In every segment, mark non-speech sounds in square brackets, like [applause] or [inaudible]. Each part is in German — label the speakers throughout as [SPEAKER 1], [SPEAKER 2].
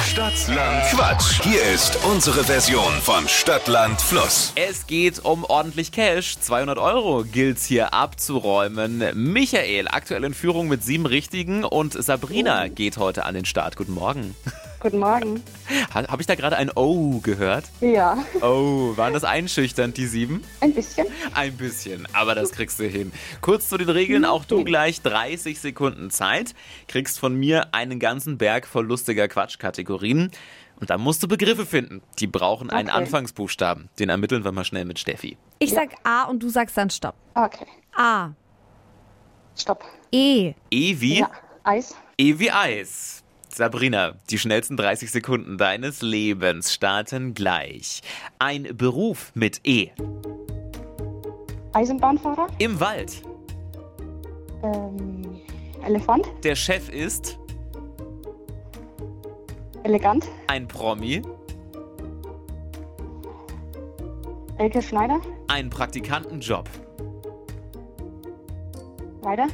[SPEAKER 1] Stadtland Quatsch. Hier ist unsere Version von Stadtland Fluss.
[SPEAKER 2] Es geht um ordentlich Cash. 200 Euro gilt's hier abzuräumen. Michael, aktuell in Führung mit sieben Richtigen und
[SPEAKER 3] Oh.
[SPEAKER 2] Sabrina geht heute an den Start. Guten Morgen.
[SPEAKER 3] Guten Morgen.
[SPEAKER 2] Ha, Habe ich da gerade ein Oh gehört?
[SPEAKER 3] Ja, [laughs]
[SPEAKER 2] Oh, waren das einschüchternd, die sieben?
[SPEAKER 3] ein bisschen.
[SPEAKER 2] Ein bisschen, aber das kriegst du hin. Kurz zu den Regeln, auch du gleich 30 Sekunden Zeit, kriegst von mir einen ganzen Berg voll lustiger Quatschkategorien. Und dann musst du Begriffe finden. Die brauchen einen
[SPEAKER 3] Okay.
[SPEAKER 2] Anfangsbuchstaben. Den ermitteln wir mal schnell mit Steffi.
[SPEAKER 4] Ich sag A und du sagst dann Stopp.
[SPEAKER 3] Okay,
[SPEAKER 4] A,
[SPEAKER 3] stopp.
[SPEAKER 4] E,
[SPEAKER 2] E wie?
[SPEAKER 3] Ja, Eis.
[SPEAKER 2] E wie Eis. Sabrina, die schnellsten 30 Sekunden deines Lebens starten gleich. Ein Beruf mit E.
[SPEAKER 3] Eisenbahnfahrer.
[SPEAKER 2] Im Wald.
[SPEAKER 3] Ähm, Elefant.
[SPEAKER 2] Der Chef ist
[SPEAKER 3] Elegant.
[SPEAKER 2] ein Promi,
[SPEAKER 3] Elke Schneider.
[SPEAKER 2] ein Praktikantenjob.
[SPEAKER 3] Weiter.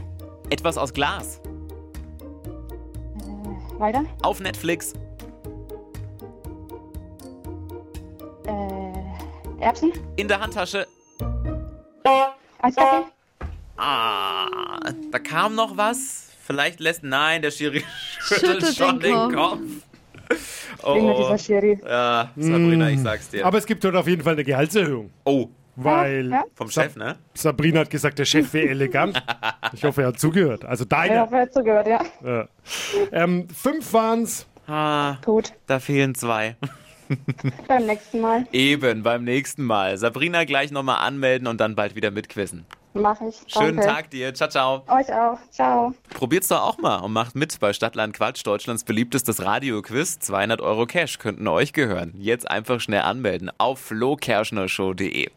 [SPEAKER 2] Etwas aus Glas.
[SPEAKER 3] Weiter.
[SPEAKER 2] Auf Netflix.
[SPEAKER 3] Äh, Erbsen.
[SPEAKER 2] In der Handtasche.
[SPEAKER 3] Eiskaffee.
[SPEAKER 2] Oh. Ah, da kam noch was. Vielleicht lässt. Nein, der Schiri schüttelt
[SPEAKER 4] Schüttelt
[SPEAKER 2] schon
[SPEAKER 4] den
[SPEAKER 2] den Kopf.
[SPEAKER 4] Kopf.
[SPEAKER 3] Wegen
[SPEAKER 2] Oh,
[SPEAKER 3] dieser Schiri.
[SPEAKER 2] ja, Oh, Sabrina, ich sag's dir.
[SPEAKER 5] Aber es gibt dort auf jeden Fall eine Gehaltserhöhung,
[SPEAKER 2] Oh,
[SPEAKER 5] weil
[SPEAKER 3] Ja,
[SPEAKER 2] vom Chef, ne?
[SPEAKER 5] Sabrina hat gesagt, der Chef wäre elegant. Ich hoffe, er hat zugehört. Also
[SPEAKER 3] Ich
[SPEAKER 5] deiner.
[SPEAKER 3] hoffe, er hat zugehört, ja.
[SPEAKER 5] Ähm, fünf waren's.
[SPEAKER 2] Ah,
[SPEAKER 3] Gut,
[SPEAKER 2] da fehlen zwei.
[SPEAKER 3] beim nächsten Mal
[SPEAKER 2] Eben, beim nächsten Mal. Sabrina gleich nochmal anmelden und dann bald wieder mitquissen.
[SPEAKER 3] mache ich.
[SPEAKER 2] Schönen
[SPEAKER 3] Danke.
[SPEAKER 2] Tag dir. Ciao, ciao.
[SPEAKER 3] Euch auch. Ciao.
[SPEAKER 2] Probiert's doch auch mal und macht mit bei Stadtland Quatsch, Deutschlands beliebtestes Radioquiz. 200 Euro Cash könnten euch gehören. Jetzt einfach schnell anmelden auf flokerschnershow.de.